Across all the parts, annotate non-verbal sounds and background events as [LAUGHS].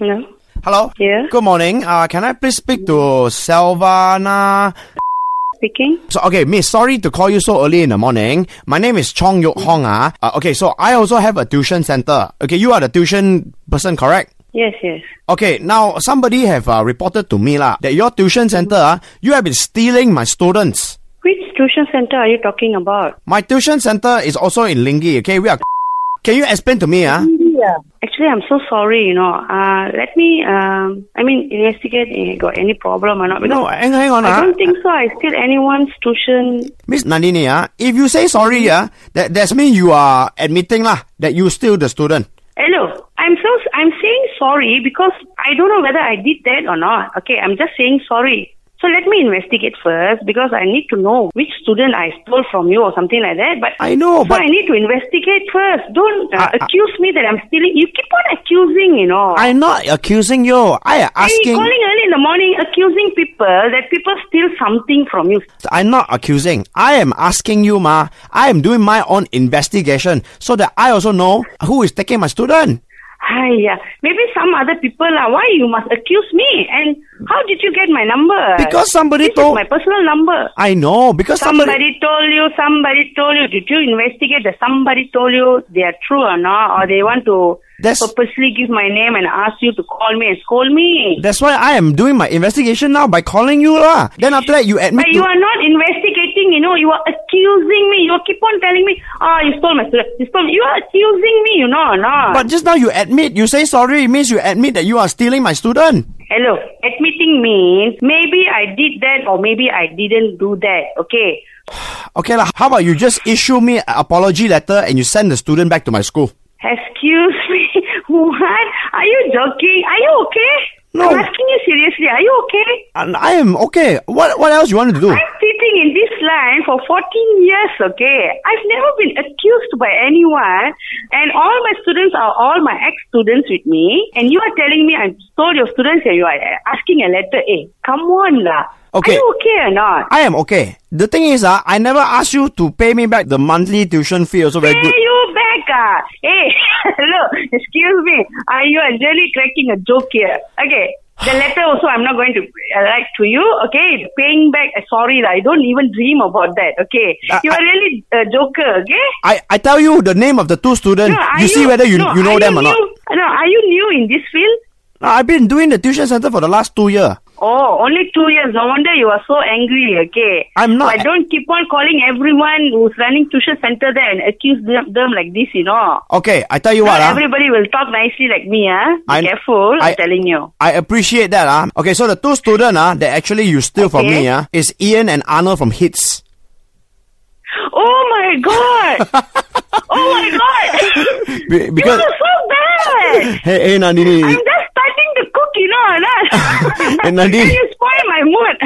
Hello? Hello. Yeah? Good morning. Uh, can I please speak to Selvana? Speaking? So, okay, Miss, sorry to call you so early in the morning. My name is Chong Yuk Hong. Ah. Uh, okay, so I also have a tuition center. Okay, you are the tuition person, correct? Yes, yes. Okay, now somebody have uh, reported to me lah that your tuition center, ah, you have been stealing my students. Which tuition center are you talking about? My tuition center is also in Lingi. Okay, we are. [LAUGHS] Can you explain to me? Ah, Yeah. Actually, I'm so sorry, you know. Uh, let me, um, I mean, investigate if got any problem or not. Because no, hang, hang on. I ah. don't think so. I steal anyone's tuition. Miss Nandini, ah, if you say sorry, ah, that that's mean you are admitting lah that you steal the student. Hello? I'm so, I'm saying sorry because I don't know whether I did that or not. Okay, I'm just saying sorry. So let me investigate first because I need to know which student I stole from you or something like that. But I know, so but- I need to investigate first. Don't uh, I- I- accuse me that I'm stealing. You keep on accusing, you know. I'm not accusing you. I am Hey, asking. calling early in the morning, accusing people that people steal something from you. I'm not accusing. I am asking you, ma. I am doing my own investigation so that I also know who is taking my student. Hiya. Maybe some other people are. Why you must accuse me? And how did you get my number? Because somebody this is told- my personal number. I know because somebody. Somebody told you, somebody told you. Did you investigate that somebody told you they are true or not? Or they want to That's- purposely give my name and ask you to call me and scold me? That's why I am doing my investigation now by calling you, lah. Then after that, you admit. But you to- are not investigating, you know, you are accusing me. You keep on telling me, oh, you stole my student. You stole You are accusing me, you know, no. but just now you admit, you say sorry, it means you admit that you are stealing my student. Hello. Admitting means maybe I did that or maybe I didn't do that. Okay. Okay, lah. how about you just issue me an apology letter and you send the student back to my school? Excuse [LAUGHS] me. What? Are you joking? Are you okay? No. I'm asking you seriously. Are you okay? And I am okay. What What else you want to do? I'm sitting in this line for 14 years, okay? I've never been accused by anyone, and all my students are all my ex students with me, and you are telling me I stole your students and you are uh, asking a letter A. Come on, lah. Are Okay. you okay or not? I am okay. The thing is, uh, I never asked you to pay me back the monthly tuition fee. Also very Pay good. you back, ah. Hey, [LAUGHS] hello, excuse me. Are you are really cracking a joke here? Okay. The letter also I'm not going to uh, write to you, okay? Paying back, uh, sorry, lah. I don't even dream about that, okay? Uh, you are I- really a joker, okay? I, I tell you the name of the two students. No, are you see whether you, no, you know are them or new, not. No, are you new in this field? No, I've been doing the tuition center for the last two years. Oh, only two years. No wonder you are so angry, okay? I'm not- I don't keep on calling everyone who's running tuition center there and accuse them, them like this, you know. Okay, I tell you Not what. ah. everybody will talk nicely like me, huh? Be I- careful, am I- telling you. I appreciate that. ah. Okay, so the two students ah that actually you steal from Okay. me ah is Ian and Arnold from HITS. Oh my [LAUGHS] god! oh my god! you are Be- [LAUGHS] so because, [LAUGHS] bad! hey, hey, Nandini. I'm just starting to cook, you know. [LAUGHS] and I- And [LAUGHS] Nadine- you spoil my mood.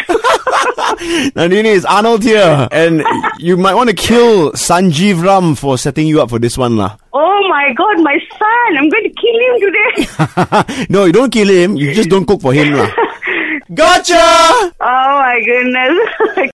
[LAUGHS] [LAUGHS] Nandini, it's Arnold here. And you might want to kill Sanjeev Ram for setting you up for this one. lah. [LAUGHS] Oh my god, my son, I'm going to kill him [LAUGHS] today. no, you don't kill him. You just don't cook for him. lah. gotcha! oh my goodness. [LAUGHS]